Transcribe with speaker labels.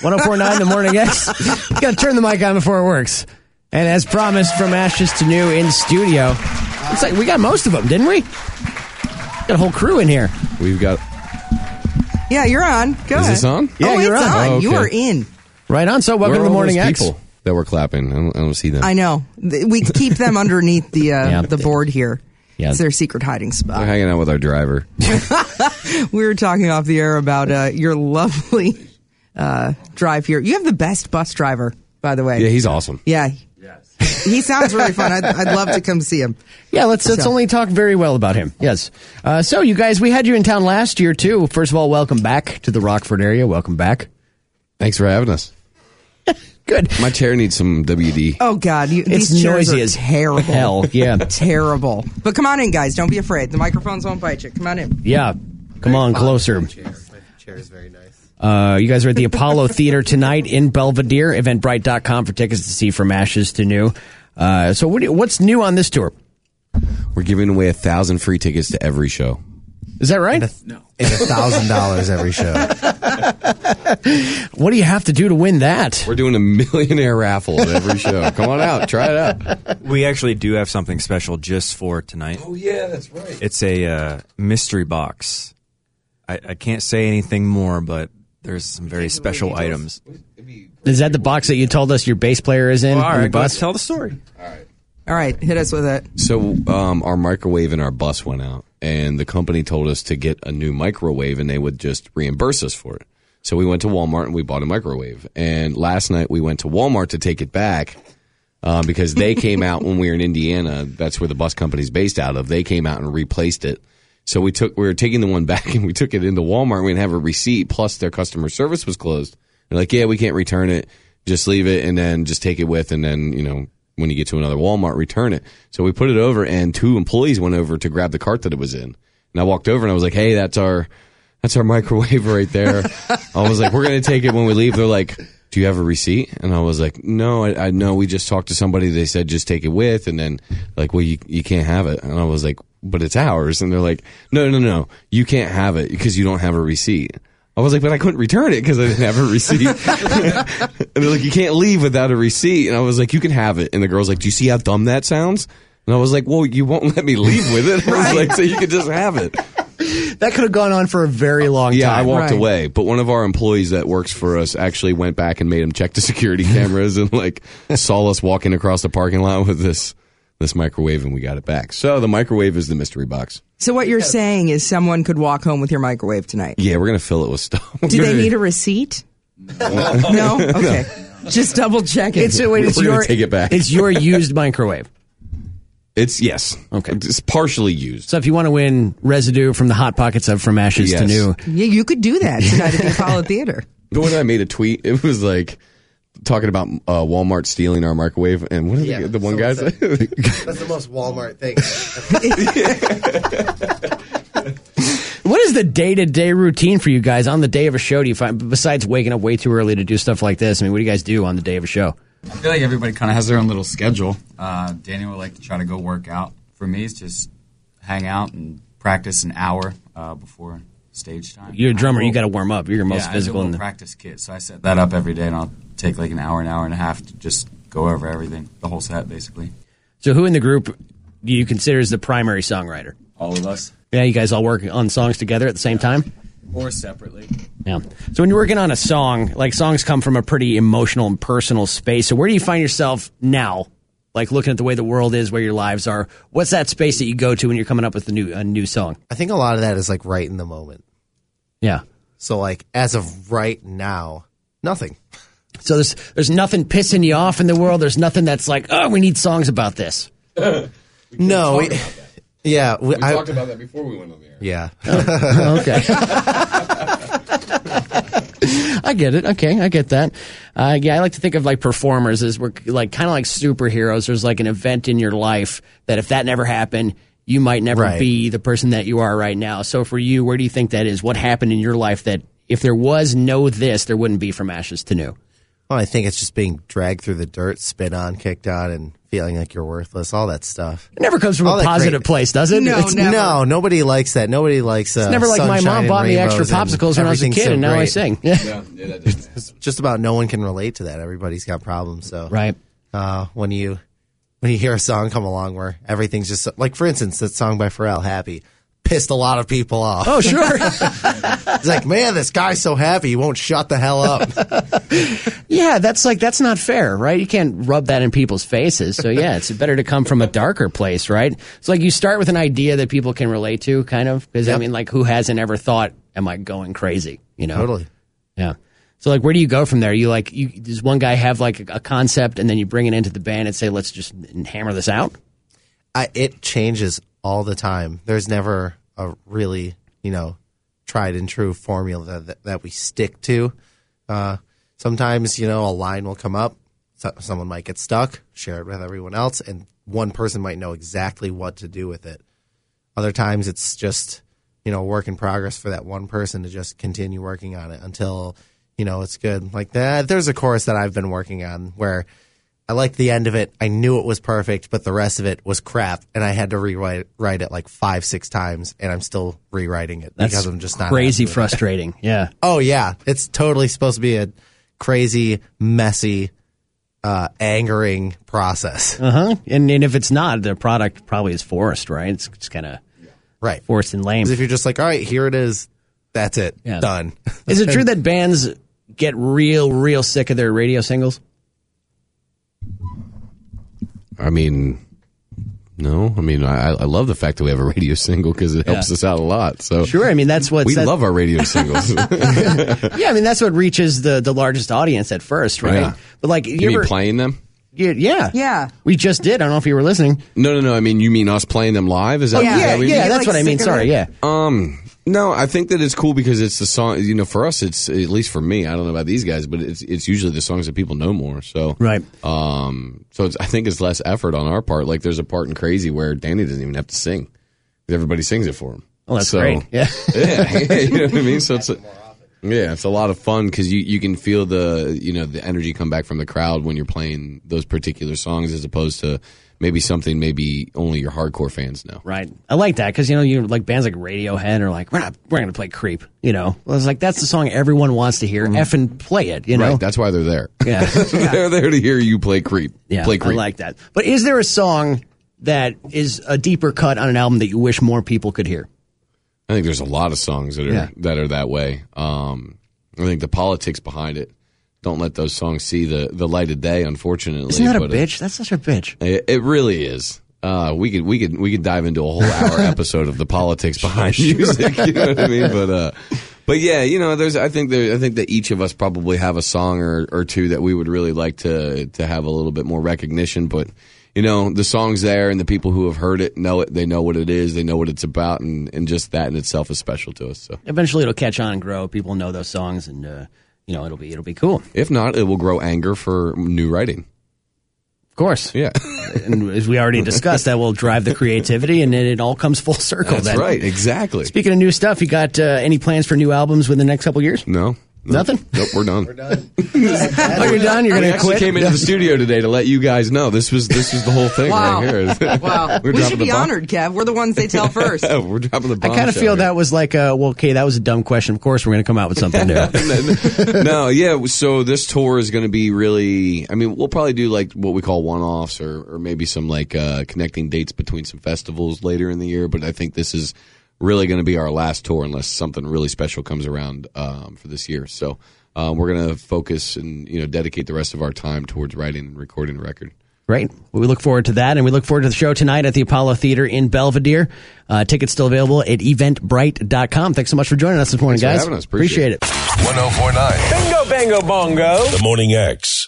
Speaker 1: 1049 The Morning X. You got to turn the mic on before it works. And as promised, from ashes to new in studio. It's like we got most of them, didn't we? Got a whole crew in here.
Speaker 2: We've got.
Speaker 3: Yeah, you're on. Go
Speaker 2: Is
Speaker 3: ahead.
Speaker 2: this on?
Speaker 1: Yeah,
Speaker 3: oh,
Speaker 1: you're
Speaker 3: it's
Speaker 1: on.
Speaker 3: on.
Speaker 2: Oh,
Speaker 3: You
Speaker 2: okay.
Speaker 3: are in.
Speaker 1: Right on. So,
Speaker 2: Where
Speaker 1: welcome
Speaker 2: are
Speaker 1: to the
Speaker 2: all
Speaker 1: Morning
Speaker 2: those
Speaker 1: X.
Speaker 2: people that were clapping? I don't, I don't see them.
Speaker 3: I know. Th- We keep them underneath the uh,
Speaker 1: Yeah.
Speaker 3: the board here.
Speaker 1: Yeah.
Speaker 3: It's their secret hiding
Speaker 2: We're
Speaker 3: spot.
Speaker 2: hanging out with our driver.
Speaker 3: We were talking off the air about uh, your lovely uh, drive here. You have the best bus driver, by the way.
Speaker 2: Yeah, he's awesome.
Speaker 3: Yeah. he sounds really fun. I'd, I'd love to come see him.
Speaker 1: Yeah, let's let's
Speaker 3: So-
Speaker 1: only talk very well about him. Yes. Uh, so, you guys, we had you in town last year too. First of all, welcome back to the Rockford area. Welcome back.
Speaker 2: Thanks for having us.
Speaker 1: Good.
Speaker 2: My chair needs some WD.
Speaker 3: Oh God, you,
Speaker 1: It's
Speaker 3: these chairs
Speaker 1: noisy
Speaker 3: are
Speaker 1: as
Speaker 3: terrible.
Speaker 1: hell. Yeah.
Speaker 3: terrible. But come on in, guys. Don't be afraid. The microphones won't bite you. Come on in.
Speaker 1: Yeah. Come on closer.
Speaker 4: chair is very nice.
Speaker 1: Uh, you guys are at the Apollo Theater tonight in Belvedere. Eventbrite.com for tickets to see From Ashes to New. Uh, so, what do you, what's new on this tour?
Speaker 2: We're giving away a thousand free tickets to every show.
Speaker 1: Is that right?
Speaker 4: No. It's a thousand dollars every show.
Speaker 1: What do you have to do to win that?
Speaker 2: We're doing a millionaire raffle at every show. Come on out, try it out.
Speaker 5: We actually do have something special just for tonight.
Speaker 2: Oh yeah, that's right.
Speaker 5: It's a uh, mystery box. I, I can't say anything more, but there's some very special items.
Speaker 1: Is that the box that you told us your bass player is in? on the
Speaker 5: let's
Speaker 1: bus?
Speaker 5: tell the story.
Speaker 3: All right, hit us with it.
Speaker 2: So um, our microwave in our bus went out, and the company told us to get a new microwave, and they would just reimburse us for it. So we went to Walmart and we bought a microwave. And last night we went to Walmart to take it back um, because they came out when we were in Indiana. That's where the bus company's based out of. They came out and replaced it. So we took we were taking the one back and we took it into Walmart. We didn't have a receipt. Plus their customer service was closed. They're like, yeah, we can't return it. Just leave it and then just take it with and then you know when you get to another Walmart, return it. So we put it over and two employees went over to grab the cart that it was in. And I walked over and I was like, hey, that's our that's our microwave right there. I was like, we're gonna take it when we leave. They're like, do you have a receipt? And I was like, no, I, I no, we just talked to somebody. They said just take it with, and then like, well, you you can't have it. And I was like, but it's ours. And they're like, no, no, no, you can't have it because you don't have a receipt. I was like, but I couldn't return it because I didn't have a receipt. and they're like, you can't leave without a receipt. And I was like, you can have it. And the girl's like, do you see how dumb that sounds? And I was like, well, you won't let me leave with it. I was like, so you can just have it.
Speaker 1: That could have gone on for a very long
Speaker 2: Yeah, I
Speaker 1: time.
Speaker 2: walked
Speaker 3: Right.
Speaker 2: away, but one of our employees that works for us actually went back and made him check the security cameras and like saw us walking across the parking lot with this this microwave and we got it back. So the microwave is the mystery box.
Speaker 3: So what you're saying is someone could walk home with your microwave tonight.
Speaker 2: Yeah, we're gonna fill it with stuff.
Speaker 3: Do they need a receipt? No. Okay. Just double check it.
Speaker 1: It's wait, it's
Speaker 2: We're gonna
Speaker 1: your
Speaker 2: take it back.
Speaker 1: It's your used microwave.
Speaker 2: It's yes.
Speaker 1: Okay.
Speaker 2: It's partially used.
Speaker 1: So if you want to win residue from the hot pockets of from ashes to
Speaker 2: Yes.
Speaker 1: new,
Speaker 3: yeah, you could do that tonight at the Apollo Theater.
Speaker 2: But when I made a tweet, it was like talking about uh, Walmart stealing our microwave and what did
Speaker 4: Yeah,
Speaker 2: the, the one
Speaker 4: so
Speaker 2: guy
Speaker 4: what's
Speaker 2: say?
Speaker 4: That's the most Walmart thing.
Speaker 1: what is the day to day routine for you guys on the day of a show? Do you find besides waking up way too early to do stuff like this? I mean, what do you guys do on the day of a show?
Speaker 6: I feel like everybody kind of has their own little schedule. Uh, Danny would like to try to go work out. For me, it's just hang out and practice an hour uh, before stage time.
Speaker 1: You're a drummer. You got to warm up. You're your most
Speaker 6: yeah,
Speaker 1: physical.
Speaker 6: I
Speaker 1: In
Speaker 6: do a
Speaker 1: the,
Speaker 6: little practice kit, so I set that up every day, and I'll take like an hour, an hour and a half to just go over everything, the whole set, basically.
Speaker 1: so who in the group do you consider as the primary songwriter?
Speaker 6: All of us,
Speaker 1: Yeah, you guys all work on songs together at the same time.
Speaker 6: or separately.
Speaker 1: Yeah. So when you're working on a song, like songs come from a pretty emotional and personal space. So where do you find yourself now? Like looking at the way the world is, where your lives are. What's that space that you go to when you're coming up with a new a new song?
Speaker 4: I think a lot of that is like right in the moment.
Speaker 1: Yeah.
Speaker 4: So like as of right now, nothing.
Speaker 1: So there's there's nothing pissing you off in the world. There's nothing that's like, oh, we need songs about this.
Speaker 4: No. we- yeah. We, I,
Speaker 2: about that before we went on the air.
Speaker 4: yeah.
Speaker 1: okay. I get it. Okay, I get that. Uh, yeah, I like to think of like performers as we're like kind of like superheroes. There's like an event in your life that if that never happened, you might never
Speaker 4: Right.
Speaker 1: be the person that you are right now. So for you, where do you think that is? What happened in your life that if there was no this, there wouldn't be from ashes to new?
Speaker 4: Well, I think it's just being dragged through the dirt, spit on, kicked on, and feeling like you're worthless. All that stuff.
Speaker 1: It never comes from
Speaker 4: All
Speaker 1: a
Speaker 4: that
Speaker 1: positive
Speaker 4: great-
Speaker 1: place, does it?
Speaker 3: No,
Speaker 1: It's-
Speaker 3: Never.
Speaker 4: No, nobody likes that. Nobody likes. Uh,
Speaker 1: It's never like my
Speaker 4: sunshine
Speaker 1: mom
Speaker 4: and
Speaker 1: bought me extra
Speaker 4: rainbows and
Speaker 1: popsicles when I was a
Speaker 4: everything's
Speaker 1: kid,
Speaker 4: so
Speaker 1: and now I
Speaker 4: great.
Speaker 1: sing.
Speaker 2: Yeah, yeah, that doesn't matter.
Speaker 4: Just about no one can relate to that. Everybody's got problems. So
Speaker 1: right.
Speaker 4: uh, when you when you hear a song come along where everything's just like, for instance, that song by Pharrell, "Happy," pissed a lot of people off.
Speaker 1: Oh, sure.
Speaker 4: It's like, man, this guy's so happy he won't shut the hell up.
Speaker 1: yeah, that's like that's not fair, right? You can't rub that in people's faces. So yeah, it's better to come from a darker place, right? It's like you start with an idea that people can relate to, kind of, because I
Speaker 4: Yep.
Speaker 1: mean, like, who hasn't ever thought, "Am I going crazy?" You know,
Speaker 4: totally.
Speaker 1: Yeah. So like, where do you go from there? You like, you, does one guy have like a, a concept, and then you bring it into the band and say, "Let's just n- hammer this out"?
Speaker 4: I, it changes all the time. There's never a really, you know, tried and true formula that, that we stick to. Uh, sometimes, you know, a line will come up. So, someone might get stuck, share it with everyone else, and one person might know exactly what to do with it. Other times it's just, you know, a work in progress for that one person to just continue working on it until, you know, it's good. Like that, there's a chorus that I've been working on where I liked the end of it. I knew it was perfect, but the rest of it was crap, and I had to rewrite write it like five, six times, and I'm still rewriting it because I'm just not
Speaker 1: crazy
Speaker 4: happy with it.
Speaker 1: frustrating. Yeah.
Speaker 4: Oh yeah, it's totally supposed to be a crazy, messy, uh, angering process,
Speaker 1: Uh huh. And and if it's not, the product probably is forced, right? It's just kind of
Speaker 4: right? 'Cause
Speaker 1: forced and lame.
Speaker 4: if you're just like, all right, here it is, that's it,
Speaker 1: Yeah.
Speaker 4: done.
Speaker 1: Is it true that bands get real, real sick of their radio singles?
Speaker 2: I mean, no. I mean, I, I love the fact that we have a radio single because it helps
Speaker 1: Yeah.
Speaker 2: us out a lot. So
Speaker 1: Sure. I mean, that's what
Speaker 2: we
Speaker 1: that-
Speaker 2: love our radio singles.
Speaker 1: Yeah, I mean, that's what reaches the the largest audience at first, right?
Speaker 2: Yeah.
Speaker 1: But like, you,
Speaker 2: you mean
Speaker 1: ever-
Speaker 2: playing them?
Speaker 1: you- yeah,
Speaker 3: Yeah.
Speaker 1: We just did. I don't know if you were listening.
Speaker 2: No, no, no. I mean, you mean us playing them live? Is that
Speaker 3: Yeah,
Speaker 2: is that
Speaker 1: Oh, Yeah,
Speaker 2: what you
Speaker 1: yeah,
Speaker 2: mean?
Speaker 1: that's
Speaker 3: like,
Speaker 1: what I mean.
Speaker 3: sick of
Speaker 1: Sorry,
Speaker 3: it.
Speaker 1: yeah.
Speaker 2: No, I think that it's cool because it's the song. You know, for us, it's at least for me. I don't know about these guys, but it's it's usually the songs that people know more. So
Speaker 1: Right.
Speaker 2: Um. So it's, I think it's less effort on our part. Like there's a part in Crazy where Danny doesn't even have to sing. Everybody sings it for him.
Speaker 1: Well, Oh, that's
Speaker 2: so,
Speaker 1: great. Yeah.
Speaker 2: yeah, you know what I mean. So it's a, yeah, it's a lot of fun because you you can feel the you know the energy come back from the crowd when you're playing those particular songs as opposed to maybe something maybe only your hardcore fans know.
Speaker 1: Right. I like that because you know you like bands like Radiohead are like we're not we're not gonna play Creep. You know, well, it's like that's the song everyone wants to hear. Effing play it. You know.
Speaker 2: Mm-hmm. Right, that's why they're there.
Speaker 1: Yeah.
Speaker 2: they're there to hear you play creep.
Speaker 1: Yeah,
Speaker 2: play
Speaker 1: I
Speaker 2: creep.
Speaker 1: like that. But is there a song that is a deeper cut on an album that you wish more people could hear?
Speaker 2: I think there's a lot of songs that are
Speaker 1: Yeah.
Speaker 2: that are that way. Um, I think the politics behind it don't let those songs see the, the light of day. Unfortunately,
Speaker 1: Isn't that a
Speaker 2: but uh, it-
Speaker 1: bitch? That's such a bitch.
Speaker 2: It, it really is. Uh, we could we could we could dive into a whole hour episode of the politics behind music. You know what I mean? But uh, but yeah, you know, there's I think there I think that each of us probably have a song or, or two that we would really like to to have a little bit more recognition. But you know, the song's there, and the people who have heard it know it. They know what it is. They know what it's about, and and just that in itself is special to us. So
Speaker 1: Eventually, it'll catch on and grow. People will know those songs, and uh, you know it'll be it'll be cool. Of
Speaker 2: if not, it will grow anger for new writing.
Speaker 1: course,
Speaker 2: Yeah,
Speaker 1: and as we already discussed, that will drive the creativity, and it, it all comes full circle.
Speaker 2: that's
Speaker 1: then.
Speaker 2: right. Exactly.
Speaker 1: Speaking of new stuff, you got uh, any plans for new albums within the next couple years?
Speaker 2: No. No.
Speaker 1: Nothing?
Speaker 2: Nope, we're done. We're done.
Speaker 1: Oh, you're done. You're
Speaker 2: We
Speaker 1: gonna
Speaker 2: actually
Speaker 1: quit.
Speaker 2: came into the studio today to let you guys know this was this was the whole thing
Speaker 3: Wow.
Speaker 2: right here.
Speaker 3: Wow.
Speaker 2: We're
Speaker 3: we
Speaker 2: dropping
Speaker 3: should
Speaker 2: the
Speaker 3: be
Speaker 2: bomb.
Speaker 3: honored, Kev. We're the ones they tell first.
Speaker 2: Oh, we're dropping the
Speaker 1: I
Speaker 2: bomb.
Speaker 1: kind of feel that was like, uh, well, okay, that was a dumb question. Of course, we're gonna come out with something new.
Speaker 2: that. no, yeah. So this tour is going to be really. I mean, we'll probably do like what we call one-offs, or or maybe some like uh, connecting dates between some festivals later in the year. But I think this is really going to be our last tour unless something really special comes around um, for this year. So um, we're going to focus and you know dedicate the rest of our time towards writing and recording a record.
Speaker 1: Great. Well, we look forward to that, and we look forward to the show tonight at the Apollo Theater in Belvedere. Uh, tickets still available at eventbrite.com. Thanks so much for joining us this morning,
Speaker 2: Thanks
Speaker 1: guys.
Speaker 2: for having us. Appreciate
Speaker 1: it.
Speaker 7: 1049. Bingo, bango, bongo. The Morning X.